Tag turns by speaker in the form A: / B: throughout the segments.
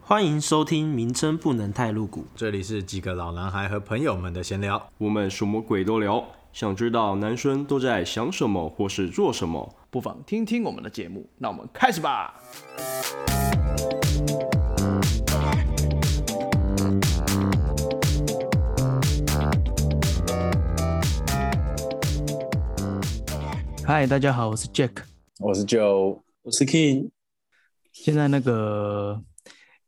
A: 欢迎收听，名称不能太露骨。
B: 这里是几个老男孩和朋友们的闲聊，
C: 我们什么鬼都聊，想知道男生都在想什么或是做什么。
D: 不妨听听我们的节目。那我们开始吧。嗨，大家好，我是 Jack。
E: 我是 Joe，我是 King。
D: 现在那个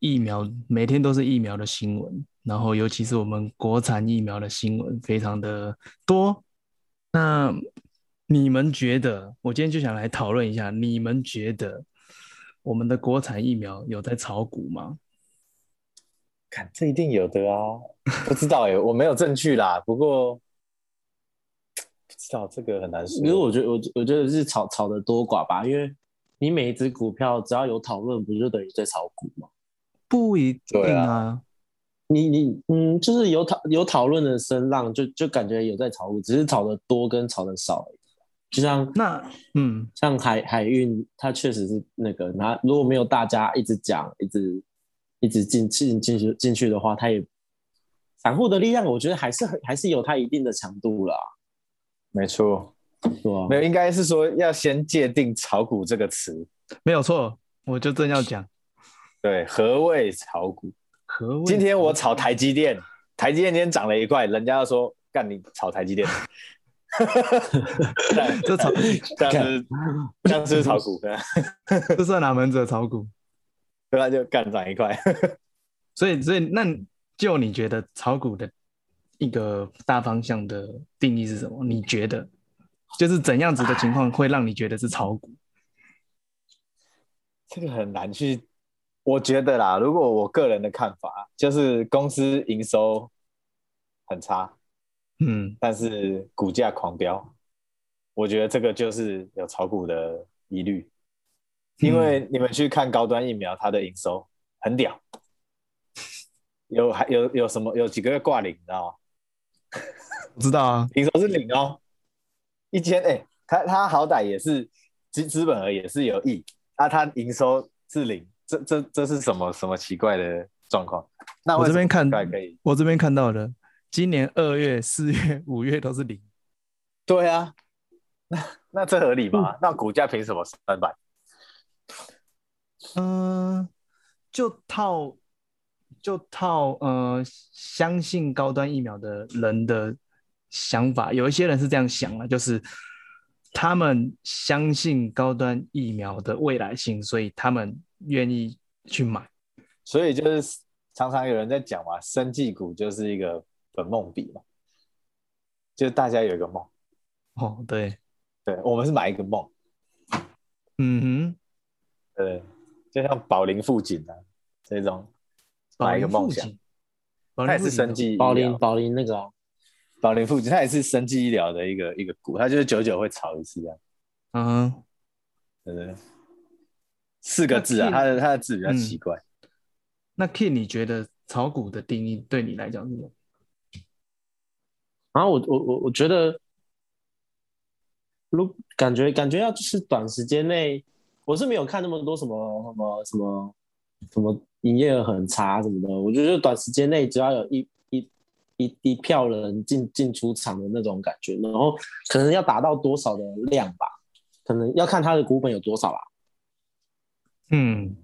D: 疫苗，每天都是疫苗的新闻，然后尤其是我们国产疫苗的新闻非常的多。那你们觉得？我今天就想来讨论一下，你们觉得我们的国产疫苗有在炒股吗？
E: 看，这一定有的啊！不知道哎、我没有证据啦。不过不知道这个很难
F: 因为
E: 说。
F: 我觉得，我我觉得是炒炒的多寡吧，因为你每一只股票只要有讨论，不就等于在炒股吗？
D: 不一定
E: 对
D: 啊，
F: 你你嗯，就是有讨有讨论的声浪，就就感觉有在炒股，只是炒的多跟炒的少而已。就像
D: 那嗯，
F: 像海海运，它确实是那个，那如果没有大家一直讲，一直一直进进进去进去的话，它也散户的力量，我觉得还是很还是有它一定的强度啦，
E: 没错，
F: 对吧、
E: 没有，应该是说要先界定“炒股”这个词。
D: 没有错，我就正要讲
E: 对，何谓炒股？
D: 何谓
E: 今天我炒台积电，台积电今天涨了一块，人家就说干你炒台 积电，
D: 这炒
E: 这样是这样是不是炒股，啊
D: 这算哪门子的炒股？
E: 对吧？就干涨一块。
D: 所以，所以那就你觉得炒股的一个大方向的定义是什么？你觉得就是怎样子的情况会让你觉得是炒股？
E: 这个很难去，我觉得啦，如果我个人的看法，就是公司营收很差，
D: 嗯，
E: 但是股价狂飙，我觉得这个就是有炒股的疑虑，因为你们去看高端疫苗，它的营收很屌，有还有有什么有几个月挂零，你知道吗？
D: 我知道啊，
E: 营收是零哦，一千哎、他他好歹也是资资本额也是有亿，啊，他营收是零，这这这是什么什么奇怪的状况？那
D: 我
E: 为什
D: 这
E: 么
D: 边看
E: 奇怪可以，
D: 我这边看到的，今年二月、四月、五月都是零，
E: 对啊，那那这合理吗？那股价凭什么三百？
D: 嗯、就套就套呃，相信高端疫苗的人的想法，有一些人是这样想的，就是他们相信高端疫苗的未来性，所以他们愿意去买。
E: 所以就是常常有人在讲嘛，生技股就是一个本梦比嘛，就是大家有一个梦，
D: 哦，对，
E: 对我们是买一个梦，
D: 嗯哼，
E: 对，就像宝林富锦啊这种买一个梦想，
D: 保
E: 它
D: 龄
E: 也是
D: 附近
E: 生技医
F: 保
E: 疗
F: 林保林那个啊、
E: 宝林附近，它也是生技医疗的一个一个股，它就是久久会炒一次这样，
D: 嗯哼，
E: 对不对？四个字
D: 那
E: 啊，
D: 嗯 King-
E: 它的它的字比较奇怪。
D: 那 K，你觉得炒股的定义对你来讲是什么？
F: 然后我我我我觉得，如感觉感觉要就是短时间内，我是没有看那么多什么什么什么什么营业额很差什么的，我就觉得短时间内只要有一一一一票人进进出场的那种感觉，然后可能要达到多少的量吧，可能要看他的股本有多少啦，
D: 嗯，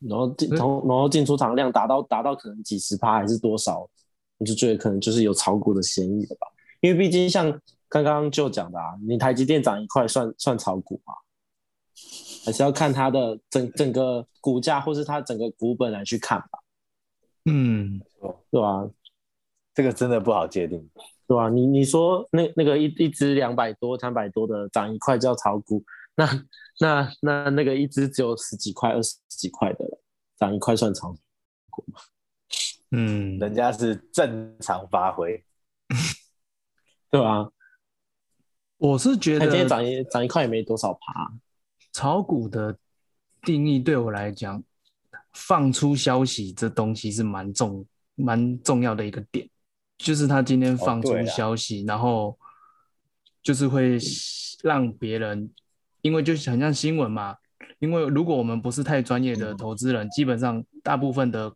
F: 然后进
D: 嗯
F: 然后然后进出场量达到达到可能几十趴还是多少，你就觉得可能就是有炒股的嫌疑了吧？因为毕竟像刚刚就讲的啊，你台积电涨一块算算炒股嘛，还是要看它的整整个股价或是它整个股本来去看吧，
D: 嗯，
F: 对吧、
E: 这个真的不好界定，
F: 对吧、你你说那那个一一只两百多、三百多的涨一块叫炒股，那那那那个一只只有十几块、二十几块的了涨一块算炒股
D: 嗯，
E: 人家是正常发挥，
F: 对吧、
D: 我是觉
F: 它哎今天
D: 得
F: 涨一涨一块也没多少趴，
D: 炒股的定义对我来讲，放出消息这东西是蛮重蛮重要的一个点，就是他今天放出
E: 哦对啦
D: 消息，然后就是会让别人，因为就是很像新闻嘛，因为如果我们不是太专业的
E: 嗯
D: 投资人，基本上大部分的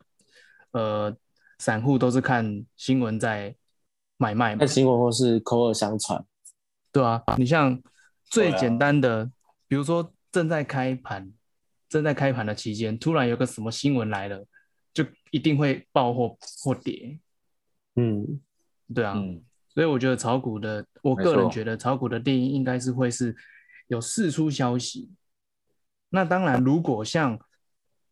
D: 呃散户都是看新闻在买卖嘛
F: 看，新闻或是口耳相传，
D: 对啊，你像最
E: 对啊
D: 简单的，比如说正在开盘，正在开盘的期间，突然有个什么新闻来了，就一定会爆或或跌，
F: 嗯，
D: 对啊，
E: 嗯，
D: 所以我觉得炒股的，我
E: 没
D: 个人
E: 错
D: 觉得炒股的定义应该是会是有释出消息。那当然，如果像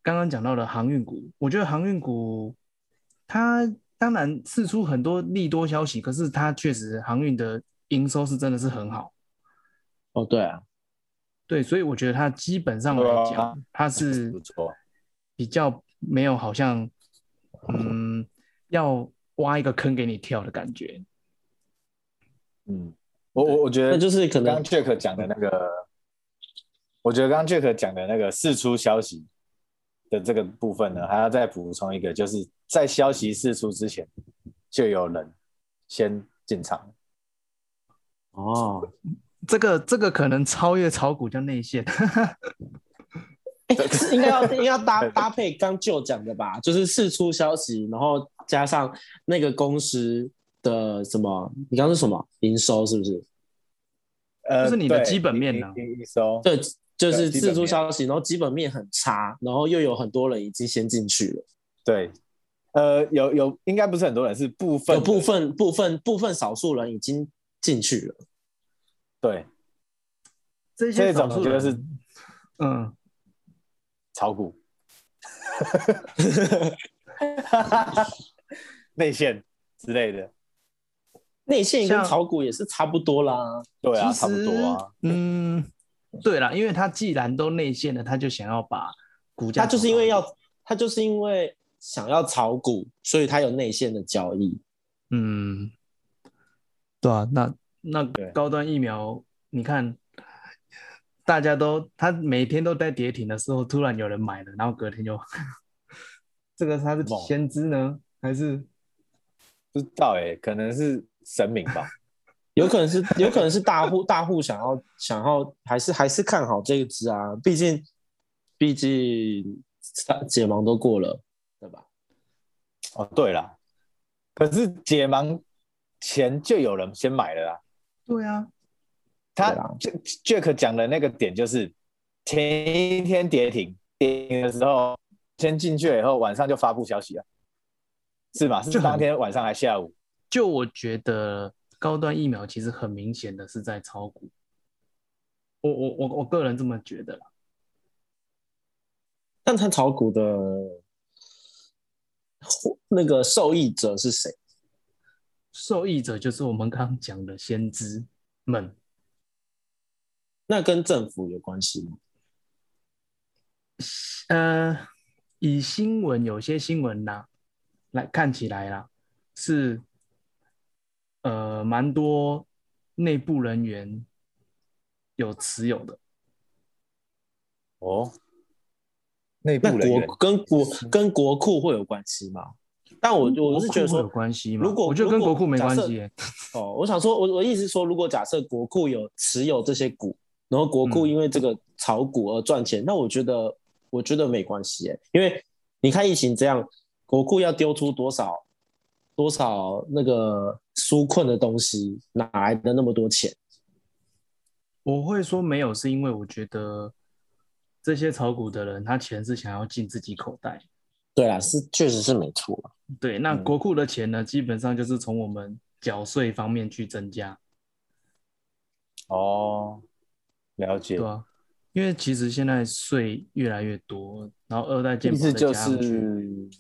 D: 刚刚讲到的航运股，我觉得航运股它当然释出很多利多消息，可是它确实航运的营收是真的是很好。
F: 哦，对啊，
D: 对，所以我觉得它基本上来
E: 对啊
D: 讲，它是
E: 不错
D: 比较没有好像嗯要挖一个坑给你跳的感觉。
E: 嗯，我我我觉得
F: 那就是可
E: 刚
F: 能
E: 刚 Jack 讲的那个，我觉得刚刚 Jack 讲的那个释出消息的这个部分呢，还要再补充一个，就是在消息释出之前，就有人先进场。
C: 哦，
D: 这个这个可能超越炒股叫内线，
F: 哎是应该要应该要搭搭配刚就讲的吧，就是释出消息，然后加上那个公司的什么，你刚刚是什么营收是不是？
E: 呃，
D: 就是你的
E: 对
D: 基本面啊
E: 营营营收，
F: 对，就
E: 对
F: 是
E: 基本
F: 释出
E: 面
F: 消息，然后基本面很差，然后又有很多人已经先进去了，
E: 对，呃，有有，应该不是很多人，是部分
F: 有
E: 的
F: 部分部分部分少数人已经进去了。
E: 对
D: 这些
E: 这
D: 少
E: 种
D: 数
E: 就
D: 人
E: 是
D: 嗯，
E: 炒股， 内线之类的，
F: 内线跟
D: 像
F: 炒股也是差不多啦，
E: 对啊，
D: 其
E: 差不多
D: 实
E: 啊，
D: 嗯，对啦，因为他既然都内线了，他就想要把股价
F: 他
D: 炒高一点，
F: 就是因为要他就是因为想要炒股，所以他有内线的交易。
D: 嗯，对啊，那那
E: 对
D: 高端疫苗，你看，大家都他每天都在跌停的时候，突然有人买了，然后隔天就， 这个他是
E: 猛
D: 先知呢，还是
E: 不知道哎、可能是神明吧。
F: 有可 能是，有可能是大户大户想要想要，还是还是看好这一支啊？毕竟毕竟解盲都过了，对吧？
E: 哦，对啦，可是解盲前就有人先买了啦。
D: 对啊，
E: 他
F: 对啦
E: Jack- Jack 讲的那个点就是前一天跌停，跌停的时候先进去了以后，晚上就发布消息了，是吗？是
D: 就很
E: 当天晚上还下午？
D: 就我觉得高端疫苗其实很明显的是在炒股，我我我我个人这么觉得啦，
F: 但他炒股的那个受益者是谁？
D: 受益者就是我们刚刚讲的先知们，
F: 那跟政府有关系吗？
D: 呃，以新闻有些新闻啦，来看起来啦，是呃蛮多内部人员有持有的，
E: 哦，内
F: 那
E: 部人员
F: 国跟国跟国库会有关系吗？但我我是觉
D: 国
F: 得
D: 库会有
F: 说，
D: 关系吗？
F: 如果
D: 我觉得跟
F: 如果
D: 国库没
F: 假
D: 关
F: 设
D: 系耶，
F: 哦，我想说，我我意思是说，如果假设国库有持有这些股，然后国库
D: 嗯
F: 因为这个炒股而赚钱，那我觉得我觉得没关系耶，因为你看疫情这样，国库要丢出多少多少那个纾困的东西，哪来的那么多钱？
D: 我会说没有，是因为我觉得这些炒股的人，他钱是想要进自己口袋。
F: 对啦，是确实是没错啊。
D: 对，那国库的钱呢，基本上就是从我们缴税方面去增加，
E: 哦，了解
D: 对，啊，因为其实现在税越来越多，然后二代健
E: 意
D: 保再
E: 思就
D: 加上去，
E: 是，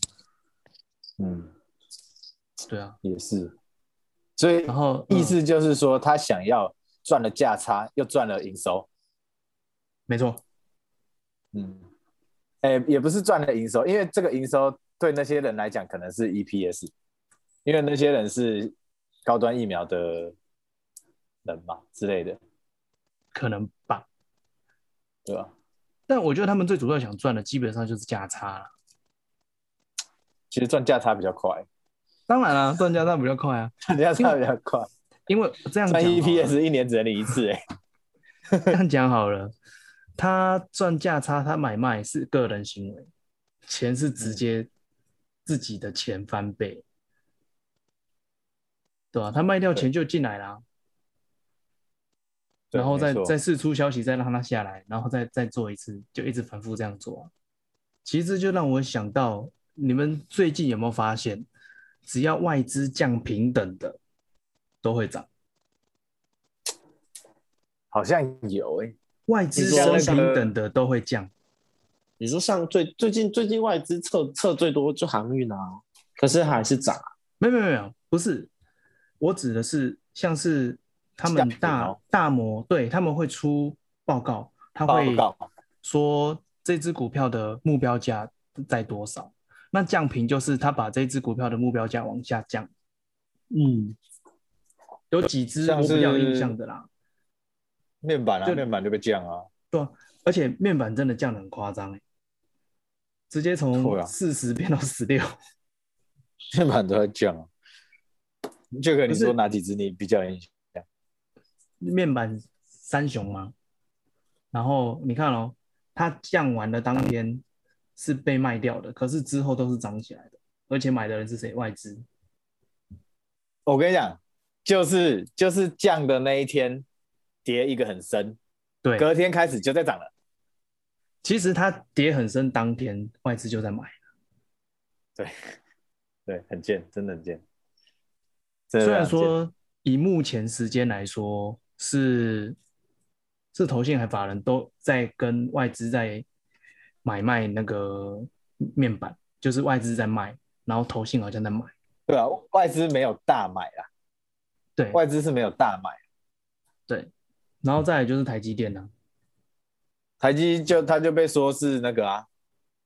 E: 嗯，
D: 对啊，
E: 也是，所以
D: 然后
E: 意、
D: 嗯
E: 思就是说他想要赚了价差，又赚了营收。
D: 没错，
E: 嗯，哎、也不是赚了营收，因为这个营收对那些人来讲可能是 EPS，因为那些人是高端疫苗的人嘛之类的，
D: 可能吧。
E: 对吧？
D: 但我觉得他们最主要想赚的，基本上就是价差了。
E: 其实赚价差比较快，
D: 当然啦、赚价差比较快啊，
E: 赚价差比较快，
D: 因为这样
E: 赚
D: 讲好
E: 欸
D: 了
E: EPS 一年只能领一次、哎，
D: 这样讲好了，他赚价差，他买卖是个人行为，钱是直接
E: 嗯
D: 自己的钱翻倍，对吧、啊他卖掉钱就进来啦，
E: 对
D: 然后再
E: 没错
D: 再释出消息，再让它下来，然后再再做一次，就一直反复这样做啊、其实这就让我想到，你们最近有没有发现，只要外资降平等的，都会涨。
E: 好像有诶、欸
D: 外资
F: 你说
D: 收平
F: 那
E: 个
D: 等的都会降，
F: 你说像最最近最近外资测测最多就航运啊，可是还是涨啊。
D: 没有没有没有，不是，我指的是像是他们
E: 下雨
D: 大
E: 哦
D: 大摩，对他们会出报告，他会
E: 报告
D: 说这只股票的目标价在多少。那降平就是他把这只股票的目标价往下降，
F: 嗯，
D: 有几只我
E: 像是
D: 比较有印象的啦，
E: 面板啊，
D: 就
E: 面板就被降啊，
D: 对啊、而且面板真的降的很夸张欸直接
E: 对
D: 从
E: 啊
D: 四十变到十六，
E: 面板都在降啊。就可能你
D: 可
E: 说
D: 是
E: 哪几只你比较有印象？
D: 面板三雄嘛，然后你看哦，它降完的当天是被卖掉的，可是之后都是涨起来的，而且买的人是谁？外资。
E: 我跟你讲，就是就是降的那一天跌一个很深，
D: 对，
E: 隔天开始就在涨了。
D: 其实它跌很深，当天外资就在买。
E: 对，很贱，真的很贱。虽
D: 虽然说以目前时间来说是是投信还法人都在跟外资在买卖那个面板，就是外资在卖，然后投信好像在买。
E: 对啊，外资没有大买啦，
D: 对，
E: 外资是没有大买，啊
D: 然后再来就是台积电啊呢、
E: 台积就它就被说是那个啊，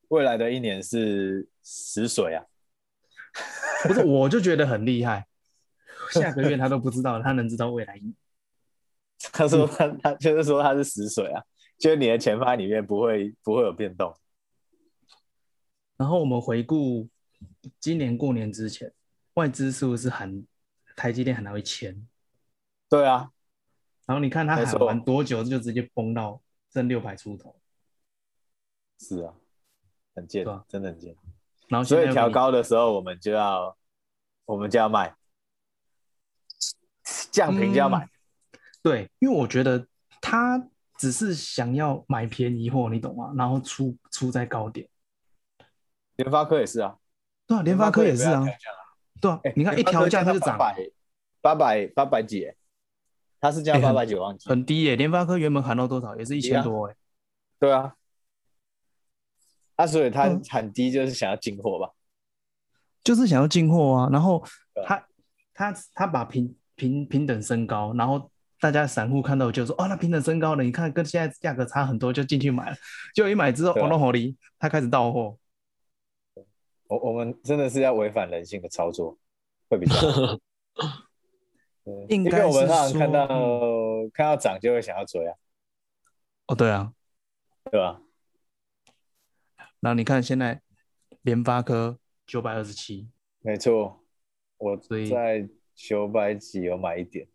E: 未来的一年是死水啊，
D: 不是，我就觉得很厉害。 下个月他都不知道，他能知道未来一年
E: 他说他他就是说他是死水啊，就是你的钱放在里面不会不会有变动，
D: 然后我们回顾今年过年之前，外资是不是喊台积电喊到一千？
E: 对啊，
D: 然后你看他
E: 没
D: 喊
E: 错
D: 完多久就直接崩到剩六百出头，
E: 是啊，很贱
D: 对啊，
E: 真的很贱，
D: 然后
E: 所
D: 现在
E: 以
D: 又
E: 调
D: 给你
E: 高的时候我们就要我们就要卖，降平就
D: 嗯
E: 要买，
D: 对，因为我觉得他只是想要买便宜货，你懂吗？然后出出在高点，
E: 联发科也是啊，
D: 对啊，联发科也是
E: 联
D: 啊
E: 发科，也被它调降了哎，
D: 对啊你看一调价它就涨，
E: 八百八百几欸，它是降
D: 哎
E: 八
D: 很
E: 百九忘记，
D: 很低耶。联发科原本喊到多少？也是一千多哎。
E: 对啊，啊，所以它
D: 嗯
E: 很低，就是想要进货吧？
D: 就是想要进货啊，然后
E: 对
D: 他他他把平平平等升高，然后大家散户看到就说哦，那平等升高了，你看跟现在价格差很多，就进去买了，就一买之后，
E: 对啊
D: 哦，那火力他开始到货，
E: 我我们真的是要违反人性的操作，会比较 好嗯因
D: 应该
E: 为我
D: 是
E: 们常常看
D: 说嗯
E: 到看到涨就会想要追啊，
D: 哦，对啊，
E: 对吧？
D: 然后你看现在联发科九百二十七，
E: 没错，我
D: 所以
E: 在九百几有买一点，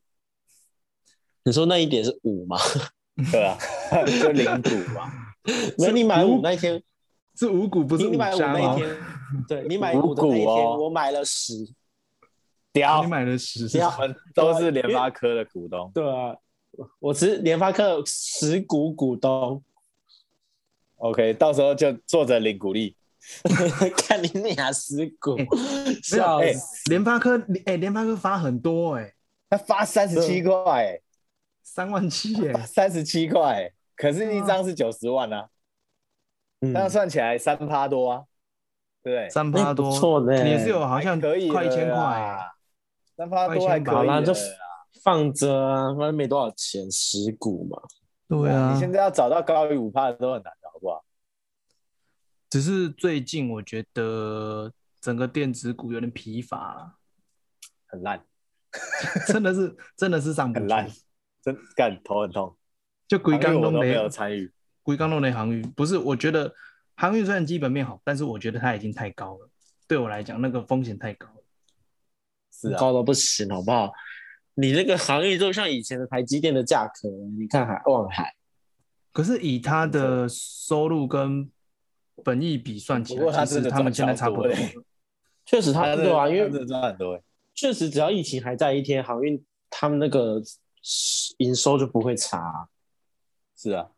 F: 你说那一点是五 吗？
E: 对啊，就零股嘛，
F: 那你买
D: 五
F: 五那一天，
D: 是五股不是
F: 你
D: 五
F: 买五
D: 杀
F: 那
D: 吗
F: 一？天，对你买五的那一
E: 五股
F: 天，
E: 哦
F: 我买了十。
E: 屌
D: 你，买了十，
F: 不 要
E: 我们都是联发科的股东，
F: 对啊，我只是联发科十股股东，
E: OK，到时候就坐着领股利，
F: 看你俩十股
D: 哎，
F: 笑
E: 哎
F: 死！
D: 联发科哎，联发科发很多哎，
E: 他发三十七块欸，
D: 三万七哎耶，
E: 三十七块欸，可是一张是九十万啊，
F: 嗯
E: 那算起来三趴多啊，对不对？
D: 三
F: 那
D: 八
F: 不
D: 多，
F: 错的
D: 也是有好像
E: 还可以，
D: 快一千块欸。，
E: 三趴多还可以
F: 好
E: 了
F: 啦，
E: 啦。
F: 就放着啊，反正没多少钱，十股嘛。
D: 对啊，
E: 你现在要找到高于五趴的都很难的，好不好？
D: 只是最近我觉得整个电子股有点疲乏啦，
E: 很烂，
D: 真的是真的是上不
E: 很
D: 去，
E: 烂，真干头很痛。
D: 就龟
E: 航
D: 缸
E: 运我
D: 弄
E: 都没有
D: 的
E: 参与，
D: 龟缸弄的航运，不是我觉得航运虽然基本面好，但是我觉得它已经太高了，对我来讲那个风险太高了。
E: 是啊，
F: 高到不行，好不好？你那个航运就像以前的台积电的价格，你看海望海，
D: 可是以他的收入跟本益比算起
E: 不过
D: 来，
E: 他
D: 其
E: 真
D: 实
E: 的
D: 他们
E: 赚
D: 现在
E: 超
D: 差
E: 多
D: 不多
E: 嘞
D: 了。
F: 确实他
E: 真
F: 对
E: 的
F: 啊，因为
E: 真的赚很多欸，
F: 确实只要疫情还在一天，航运他们那个营收就不会差。啊
E: 是啊，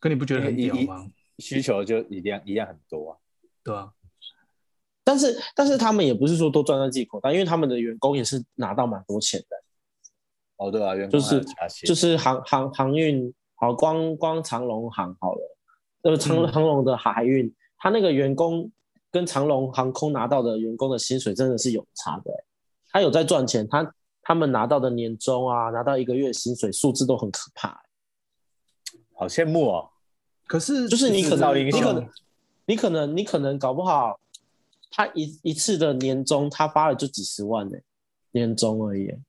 D: 可你不觉得很
E: 因为
D: 屌
E: 一
D: 吗？
E: 需求就一样一样很多啊。
D: 对啊，
F: 但是但是他们也不是说都赚到自己口袋，因为他们的员工也是拿到蛮多钱的，
E: 哦，对啊，员
F: 就
E: 工还有
F: 是
E: 加薪
F: 就是航航航运好光光长龙航好了，呃长
D: 嗯
F: 长龙的海运，他那个员工跟长龙航空拿到的员工的薪水真的是有差的欸、他有在赚钱，他他们拿到的年终啊，拿到一个月薪水数字都很可怕欸、
E: 好羡慕哦。
D: 可是嗯
F: 就是你可
E: 制造
F: 能，
E: 英
F: 你
E: 雄
F: 可能，你可能，你可能搞不好，他一一次的年终他发了就几十万呢、年终而已欸。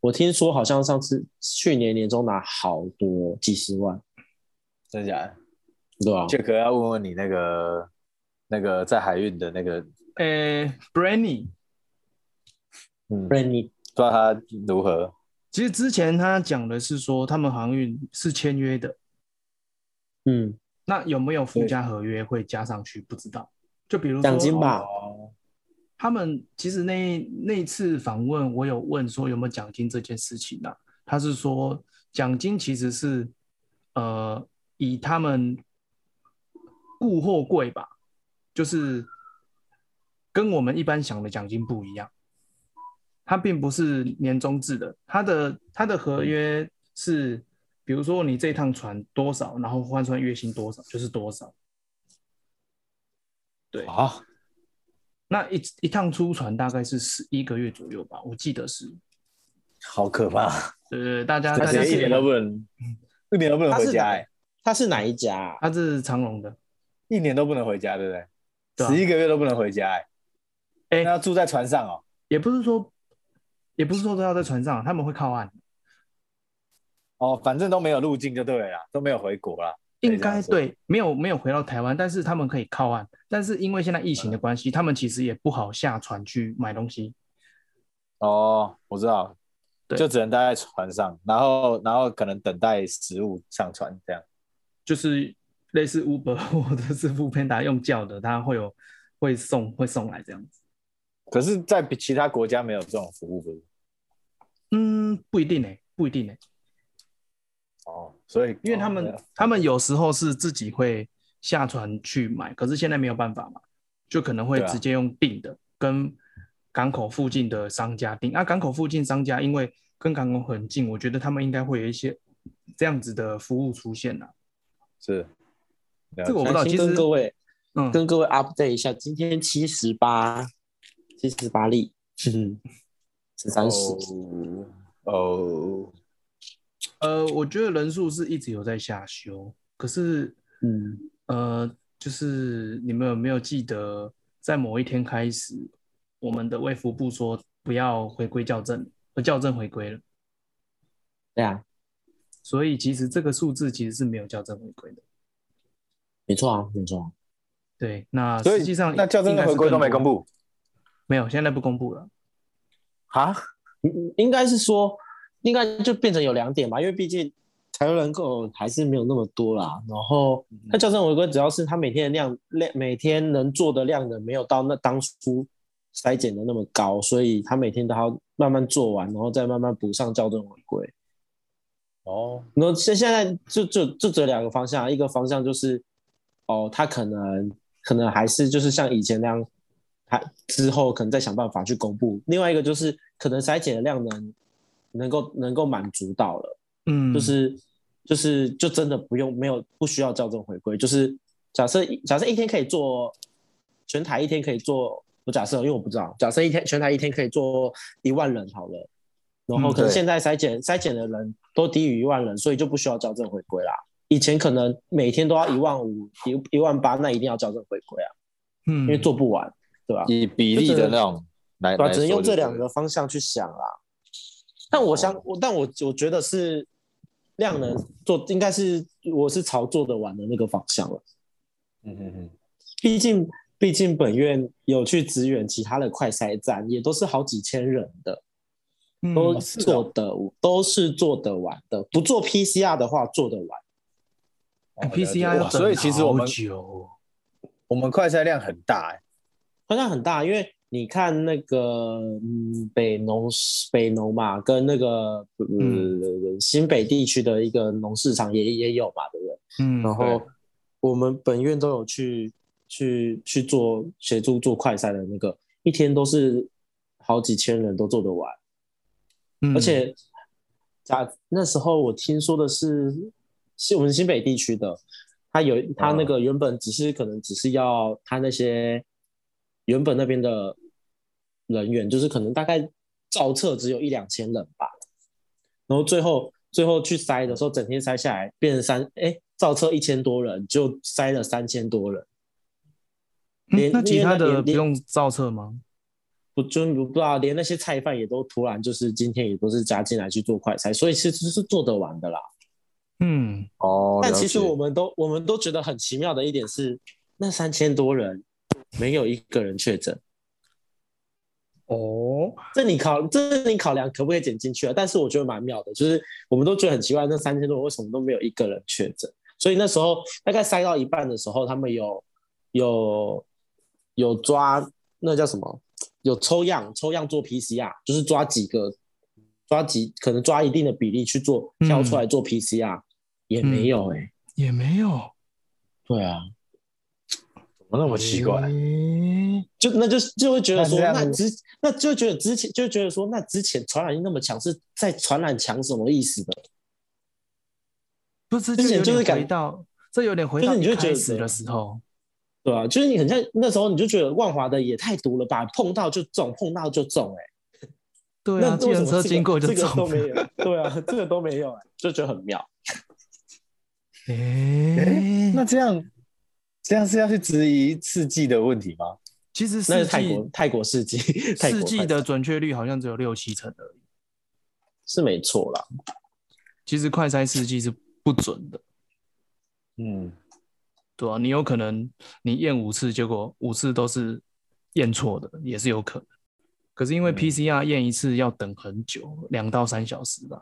F: 我听说好像上次去年年终拿好多几十万，
E: 真假的？
F: 对吧、啊？
E: 杰克要问问你那个那个在海运的那个，
D: 呃，Branny，
E: 嗯，
F: 不
E: 不知
F: 然你
E: 道他如何。
D: 其实之前他讲的是说他们航运是签约的，
F: 嗯，
D: 那有没有附加合约会加上去？不知道。就比如说
F: 奖金吧，
E: 哦，
D: 他们其实那那一次访问，我有问说有没有奖金这件事情啊？他是说奖金其实是呃以他们顾货柜吧，就是跟我们一般想的奖金不一样，它并不是年终制的，它的它的合约是比如说你这趟船多少，然后换算月薪多少就是多少。对
E: 啊，
D: 那一一趟出船大概是十一个月左右吧，我记得是。
E: 好可怕！
D: 对对，对大家
E: 这
D: 大家
E: 些一
D: 是嗯
E: 点都不能，一点都不能回家，哎，
F: 他是哪一家啊、
D: 他是长隆的，
E: 一年都不能回家，对不对？
D: 对啊
E: 十一个月都不能回家，哎，
D: 哎
E: 那要住在船上哦。
D: 也不是说也不是说都要在船上，他们会靠岸，
E: 哦，反正都没有路径就对了啦，都没有回国啦。可
D: 应该
E: 以这样说
D: 对，没有没有回到台湾，但是他们可以靠岸。但是因为现在疫
E: 嗯
D: 情的关系，他们其实也不好下船去买东西。
E: 哦，我知道，
D: 对
E: 就只能待在船上，然后然后可能等待食物上船这样。
D: 就是类似 Uber 或者是 f o o p a n d 用叫的，他会有会送会送来这样子。
E: 可是，在比其他国家没有这种服务，不是？
D: 嗯，不一定哎、不一定哎、
E: 哦，所以
D: 因为他
E: 哦
D: 们、
F: 啊
E: 没有
D: 他们有时候是自己会下船去买，可是现在没有办法嘛，就可能会
E: 对啊
D: 直接用订的，跟港口附近的商家订。啊，港口附近商家因为跟港口很近，我觉得他们应该会有一些这样子的服务出现啦。
E: 是了
D: 这个我不知道，
F: 想
D: 其
F: 先
D: 实
F: 啊跟各位
D: 嗯，
F: 跟各位 update 一下，今天七十八，七十八 例，嗯，是三十，
E: 哦哦，
D: 呃，我觉得人数是一直有在下修，可是
F: 嗯，
D: 呃，就是你们有没有记得，在某一天开始，我们的卫福部说不要回归校正，呃，校正回归了，
F: 对啊，
D: 所以其实这个数字其实是没有校正回归的。
F: 没错啊，没错啊、
D: 对，那
E: 所
D: 实际
E: 以
D: 上
E: 那校正
D: 应该
E: 的
D: 是
E: 回归都
D: 更
E: 没
D: 多
E: 公，布
D: 没有，现在不公布了。
E: 啊？
F: 嗯应该是说，应该就变成有两点吧，因为毕竟台湾人口还是没有那么多啦。然后，那校正回归只要是他每天的量量，每天能做的量能没有到那当初筛检的那么高，所以他每天都要慢慢做完，然后再慢慢补上校正回归。
E: 哦，
F: 那现现在就就就只有两个方向，一个方向就是，哦，他可能可能还是就是像以前那样，他之后可能再想办法去公布。另外一个就是可能筛检的量能能够能够满足到了，
D: 嗯，
F: 就是就是就真的不用没有不需要校正回归，就是假设假设一天可以做全台一天可以做，我假设因为我不知道，假设一天全台一天可以做一万人好了，然后
D: 嗯
F: 可能
E: 对
F: 现在筛检筛检的人都低于一万人，所以就不需要校正回归啦。以前可能每天都要一万五、一一万八，那一定要校正回归啊，
D: 嗯，
F: 因为做不完，对吧、
E: 以比例的那种来，
F: 对、啊，
E: 来
F: 只能
E: 说
F: 用
E: 就
F: 这
E: 是哦
F: 两个方向去想啦。但我想，我但我我觉得是量能做，应该是我是朝做得完的那个方向了。
E: 嗯嗯嗯，
F: 毕竟，毕竟本院有去支援其他的快筛站，也都是好几千人的，
D: 嗯
F: 都
E: 是哦
F: 做得、都是做得完的。不做 PCR 的话，做得完，
D: 哎
E: 哦了解
D: PCR 要
E: 哇
D: 等
E: 所以其实我
D: 好
E: 们
D: 久哦
E: 我们快筛量很大、欸，
F: 好像很大，因为你看那个嗯北农北农嘛，跟那个
E: 嗯
F: 呃新北地区的一个农市场也也有嘛，对不对？
D: 嗯，
F: 然后我们本院都有去去去做协助做快筛的那个，一天都是好几千人都做得完，
D: 嗯
F: 而且假那时候我听说的是，是我们新北地区的，他有他
D: 哦
F: 那个原本只是可能只是要他那些原本那边的人员，就是可能大概照册只有一两千人吧，然后最后最后去筛的时候，整天筛下来变成三，哎，照册一千多人，就筛了三千多人，
D: 嗯
F: 连
D: 那其他
F: 因为
D: 的
F: 连
D: 不用造册吗？
F: 不就不知道，连那些菜贩也都突然就是今天也都是加进来去做快筛，所以其实是做得完的啦。
D: 嗯，
E: 哦
F: 但其实我们都我们都觉得很奇妙的一点是，那三千多人没有一个人确诊，
D: 哦，
F: 这你考这你考量可不可以减进去啊？但是我觉得蛮妙的，就是我们都觉得很奇怪，那三千多人为什么都没有一个人确诊？所以那时候大概塞到一半的时候，他们有有有抓那叫什么？有抽样抽样做 PCR，就是抓几个抓几可能抓一定的比例去做
D: 嗯
F: 挑出来做 PCR，、也没有哎、
D: 也没有，
F: 对啊，
E: 怎么那么奇怪？
D: 诶
F: 就那就是就会觉得
E: 那
F: 说，
E: 这样
F: 那之那就觉得之前就觉得说，那之前传染力那么强，是在传染强什么意思呢？
D: 不是，
F: 之前
D: 有
F: 就
D: 点
F: 是感
D: 回到，这有点回
F: 就是
D: 到
F: 你就
D: 一
F: 觉
D: 开
F: 得
D: 始的时候，
F: 对啊，就是你很像那时候你就觉得万华的也太毒了吧，碰到就中，碰到就中、哎、
D: 对
F: 那
D: 啊，计
F: 为什
D: 程
F: 么
D: 车
F: 这个
D: 经过就
F: 这个都
D: 中
F: 没
D: 了，
F: 有，对啊，这个都没有、哎，就觉得很妙。嗯
D: 诶
E: 那这样这样是要去质疑刺激的问题吗？
D: 其实
F: 那
D: 四
F: 是泰国
D: 季
F: 泰国世纪，泰国
D: 四季
F: 快
D: 的
F: 闪
D: 准确率好像只有六七成而已，
F: 是没错啦，
D: 其实快筛四季是不准的，
E: 嗯，
D: 对啊，你有可能你验五次，结果五次都是验错的，也是有可能。可是因为
E: 嗯
D: PCR 验一次要等很久，两到三小时吧。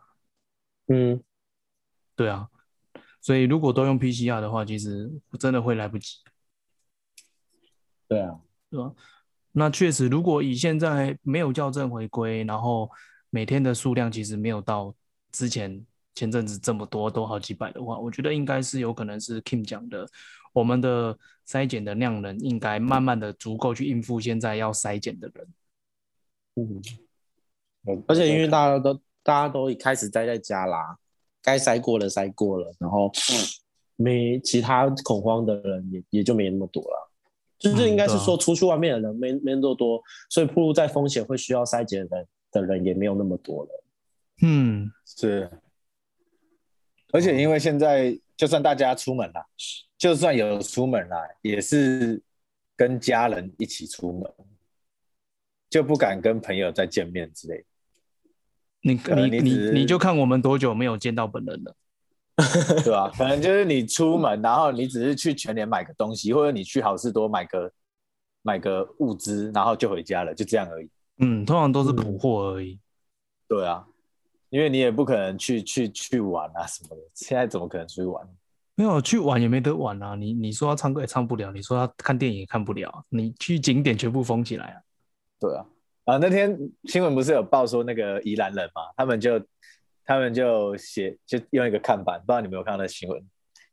F: 嗯，
D: 对啊，所以如果都用 PCR 的话，其实真的会来不及，
E: 对啊，
D: 对吧？那确实，如果以现在没有校正回归，然后每天的数量其实没有到之前前阵子这么多，都好几百的话，我觉得应该是有可能是 Kim 讲的，我们的筛检的量能应该慢慢的足够去应付现在要筛检的人。
E: 有
F: 嗯而且因为大家都大家都开始待在家啦，该筛过了筛过了，然后
D: 嗯
F: 没其他恐慌的人也也就没那么多了。就是应该是
D: 嗯对
F: 说出去外面的人没没那么多，所以暴露在风险会需要筛检的人的人也没有那么多了。
D: 嗯，
E: 是，而且因为现在就算大家出门啦，就算有出门啦，也是跟家人一起出门，就不敢跟朋友再见面之类的。
D: 你
E: 能
D: 你
E: 啊你
D: 你
E: 只是
D: 你就看我们多久没有见到本人了。
E: 对吧、可能就是你出门，然后你只是去全联买个东西，或者你去好事多买个买个物资，然后就回家了，就这样而已。
D: 嗯，通常都是普
F: 嗯
D: 货而已。
E: 对啊，因为你也不可能去去去玩啊什么的，现在怎么可能出去玩？
D: 没有去玩也没得玩啊！你你说要唱歌也唱不了，你说要看电影也看不了啊，你去景点全部封起来啊！
E: 对啊，啊那天新闻不是有报说那个宜兰人嘛，他们就他们就写就用一个看板，不知道你们有看到那新闻，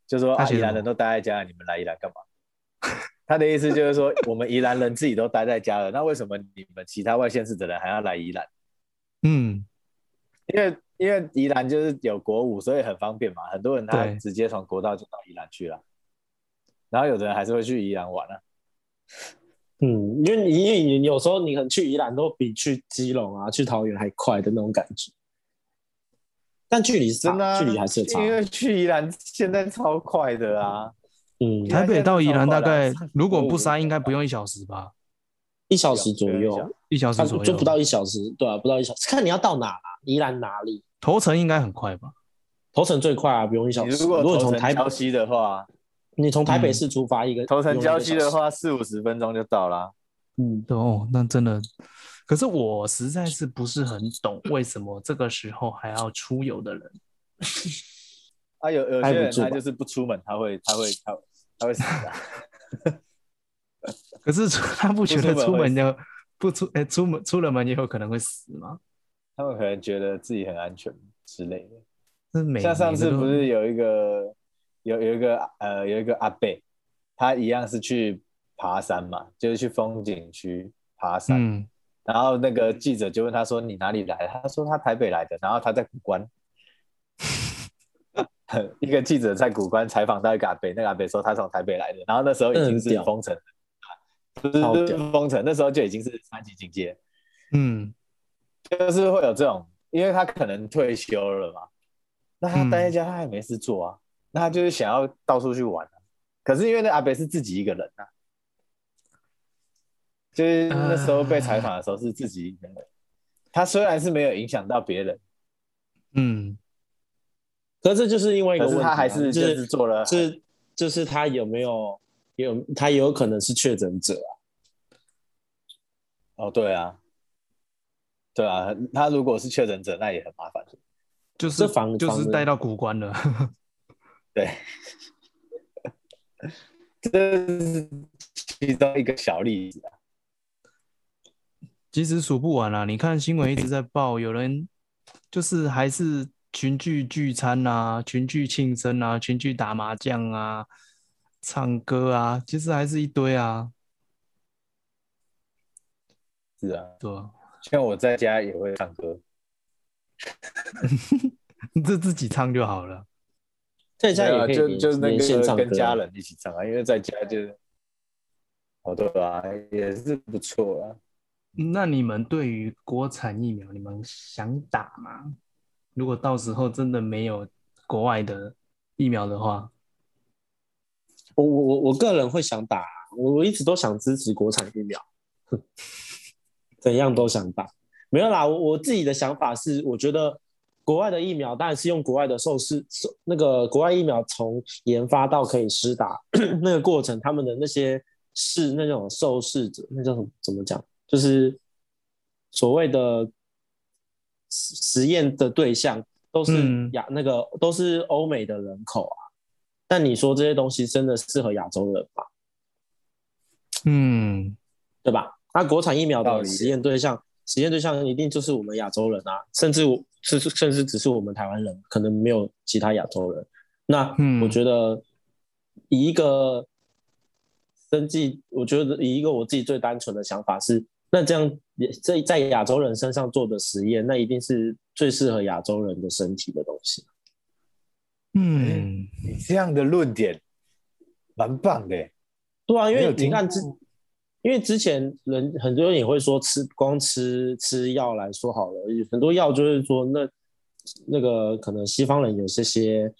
E: 就说
D: 他
E: 啊
D: 写
E: 宜
D: 什么
E: 兰人都待在家，你们来宜兰干嘛？ 他的意思就是说，我们宜兰人自己都待在家了，那为什么你们其他外县市的人还要来宜兰？
D: 嗯，
E: 因为因为宜兰就是有国五，所以很方便嘛，很多人他
D: 对
E: 直接从国道就到宜兰去了，然后有的人还是会去宜兰玩啊。
F: 嗯，因为你因为你有时候你可能去宜兰都比去基隆啊、去桃园还快的那种感觉，但距离是差
E: 真的啊、
F: 距离还是有差。
E: 因为去宜兰现在超快的啊，
F: 嗯，
D: 台北到宜兰大概
E: 现在
D: 如果不
E: 上
D: 塞，应该不用一小时吧，
F: 一小时左
E: 对啊一小
F: 右
E: 时，
D: 一小
F: 啊
D: 时左右。
F: 就不到一小时，对啊，不到一小时，看你要到哪啦，宜兰哪里，
D: 头城应该很快吧？
F: 头城最快啊，不用一小
E: 你
F: 时。
E: 如果
F: 你
E: 头
F: 从
E: 城
F: 台北
E: 礁，溪的话，
F: 你从台北市出发一个
E: 头城礁溪的，
F: 不用一个小
E: 话四五十分钟就到啊啦。
F: 时嗯，
D: 对哦，那真的。可是我实在是不是很懂为什么这个时候还要出游的人，
E: 啊，有有
F: 挨
E: 些
F: 不
E: 人
F: 住
E: 他
F: 吧
E: 就是不出门，他会他会他他会死啊 的。
D: 可是出他不觉
E: 出
D: 得
E: 门
D: 出
E: 会
D: 门就不出，哎、出门出了门也有可能会死吗？
E: 他们可能觉得自己很安全之类的。
D: 那每
E: 像上
D: 每
E: 次
D: 个都
E: 不是有一个有有一个呃有一个阿贝，他一样是去爬山嘛，就是去风景区爬山。
D: 嗯，
E: 然后那个记者就问他说：“你哪里来的？”他说：“他台北来的。”然后他在古关， 一个记者在古关采访到一个阿北，那个阿北说他从台北来的。然后那时候已
D: 嗯
E: 经是封城了，不
F: 屌
E: 是不是封城，那时候就已经是三级警戒，
D: 嗯
E: 就是会有这种，因为他可能退休了嘛，那他
F: 嗯
E: 待在家他还没事做啊，那他就是想要到处去玩、啊、可是因为那阿北是自己一个人啊，就是那时候被采访的时候是自己一个人，他虽然是没有影响到别人，
D: 嗯，
F: 可是这就是另外一个
E: 可
F: 问
E: 是
F: 题啊、
E: 他还是
F: 就
E: 就是做了，
F: 就是就是他有没有有他有可能是确诊者啊？
E: 哦，对啊，对啊，他如果是确诊者，那也很麻烦。
D: 就是
F: 这防
D: 就
F: 防
D: 是
F: 的
D: 带到古关了，
E: 对，这是其中一个小例子啊。
D: 其实数不完啦、你看新闻一直在报，有人就是还是群聚聚餐啊，群聚庆生啊，群聚打麻将啊，唱歌啊，其实还是一堆啊，
E: 是啊，
D: 对啊，
E: 像我在家也会唱歌，
D: 你就 自己唱就好了。
F: 在家
E: 没有
F: 也
E: 啊
F: 可以
E: 就
F: 连
E: 就是那
F: 连线啊
E: 个
F: 唱歌
E: 跟家人一起唱啊，因为在家就是，哦对啊，也是不错啊。
D: 那你们对于国产疫苗，你们想打吗？如果到时候真的没有国外的疫苗的话，
F: 我我我我个人会想打，我我一直都想支持国产疫苗， 怎样都想打。没有啦，我我自己的想法是，我觉得国外的疫苗当然是用国外的受试，受那个国外疫苗从研发到可以施打 那个过程，他们的那些是那种受试者，那叫什么怎么讲，就是所谓的实实验的对象都是
D: 嗯
F: 亚、那个都是欧美的人口啊。但你说这些东西真的适合亚洲人吗？
D: 嗯，
F: 对吧？那国产疫苗
E: 道
F: 的
E: 理
F: 实验对象，实验对象一定就是我们亚洲人啊，甚至我是是甚至只是我们台湾人，可能没有其他亚洲人。那
D: 嗯
F: 我觉得以一个生计，我觉得以一个我自己最单纯的想法是，那这样也在在亚洲人身上做的实验，那一定是最适合亚洲人的身体的东西。
D: 嗯，
E: 你这样的论点蛮棒的耶，欸
F: 对啊，因
E: 没有嗯
F: 为你
E: 听
F: 看之，因为之前人很多人也会说吃光吃吃药来说好了，很多药就是说那那个可能西方人有这些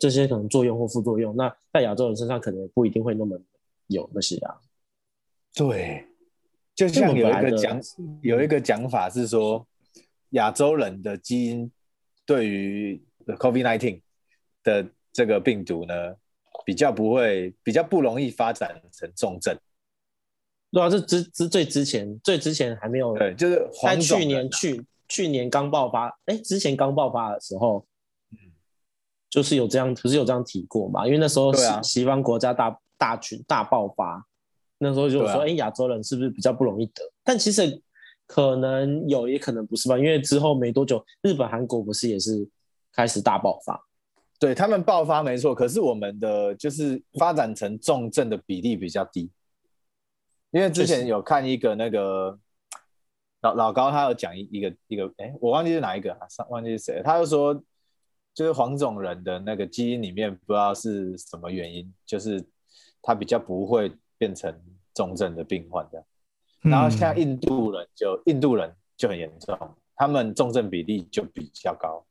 F: 这些可能作用或副作用，那在亚洲人身上可能也不一定会那么有那些啊。
E: 对，就像有一
F: 这么本来
E: 个
F: 的
E: 讲有一个讲法是说，亚洲人的基因对于 COVID-19 的这个病毒呢，比较不会，比较不容易发展成重症。
F: 对啊，这之之最之前最之前还没有
E: 对，就是黄
F: 在
E: 种
F: 去
E: 人
F: 年
E: 啊
F: 去去年刚爆发，哎，之前刚爆发的时候，
E: 嗯
F: 就是有这样，不是有这样提过嘛？因为那时候
E: 对
F: 西、
E: 啊
F: 西方国家大大群大爆发，那时候就有说，
E: 对啊
F: 哎、亚洲人是不是比较不容易得？但其实可能有，也可能不是吧，因为之后没多久，日本、韩国不是也是开始大爆发？
E: 对他们爆发没错，可是我们的就是发展成重症的比例比较低，因为之
F: 确
E: 前
F: 实
E: 有看一个那个老老高，他有讲一一个一个，哎，我忘记是哪一个啊，上忘记是谁了，他就说就是黄种人的那个基因里面不知道是什么原因，就是他比较不会变成重症的病患的，然后像
D: 一
E: 印度人就印度人就很严重，他们重症比例就比较高，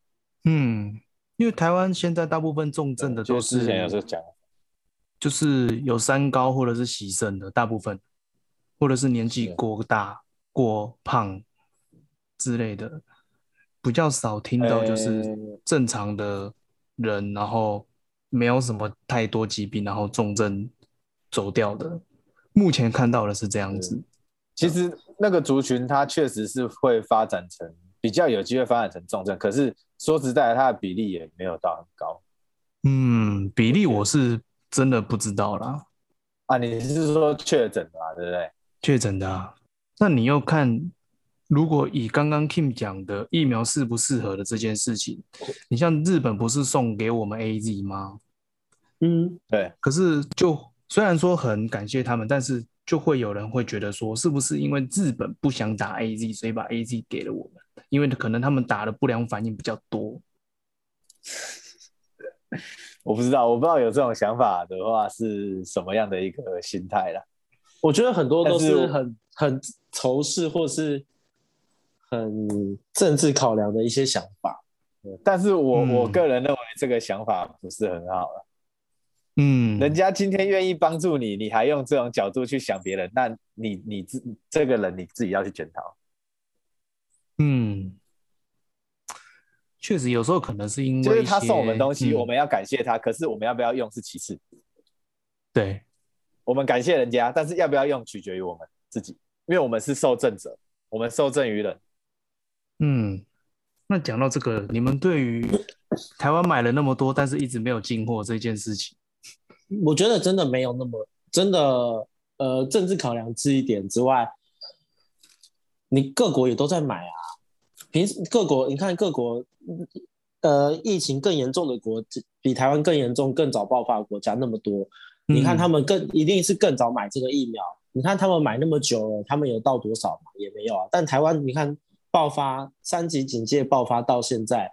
D: 嗯，因为台湾现在大部分重症的
E: 呃就
D: 都
E: 是
D: 是
E: 之前有时候讲。
D: 就是有三高或者是洗肾的大部分，或者是年纪
E: 是
D: 过大、过胖之类的，比较少听到就是
E: 呃
D: 正常的人，然后没有什么太多疾病，然后重症走掉的。目前看到的是这样子，
E: 其实那个族群它确实是会发展成比较有机会发展成重症，可是说实在的，它的比例也没有到很高。
D: 嗯，比例我是真的不知道啦，
E: 啊，你是说确诊的嘛，对不对？
D: 确诊的、啊。那你要看，如果以刚刚 Kim 讲的疫苗适不适合的这件事情，你像日本不是送给我们 A Z 吗？
F: 嗯，
E: 对，
D: 可是就虽然说很感谢他们，但是就会有人会觉得说，是不是因为日本不想打 A Z，所以把 A Z 给了我们？因为可能他们打的不良反应比较多。
E: 我不知道，我不知道有这种想法的话是什么样的一个心态啦。
F: 我觉得很多都
E: 但
F: 是
E: 是
F: 很很仇视或是很政治考量的一些想法。
E: 但是我、
D: 嗯
E: 我个人认为这个想法不是很好了。
D: 嗯，
E: 人家今天愿意帮助你，你还用这种角度去想别人，那你你自这个人你自己要去检讨。
D: 嗯，确实有时候可能是因为
E: 就是他
D: 一些
E: 送我们东西，
D: 嗯
E: 我们要感谢他，可是我们要不要用是其次，
D: 对，
E: 我们感谢人家，但是要不要用取决于我们自己，因为我们是受赠者，我们受赠于人。
D: 嗯，那讲到这个，你们对于台湾买了那么多，但是一直没有进货这件事情，
F: 我觉得真的没有那么真的，呃，政治考量这一点之外，你各国也都在买啊。平时各国，你看各国，嗯呃，疫情更严重的国，比台湾更严重、更早爆发的国家那么多，你看他
D: 们
F: 们更一定是更早买这个疫苗，你看他们买那么久了，他们有到多少嘛？也没有啊。但台湾你看爆发三级警戒爆发到现在，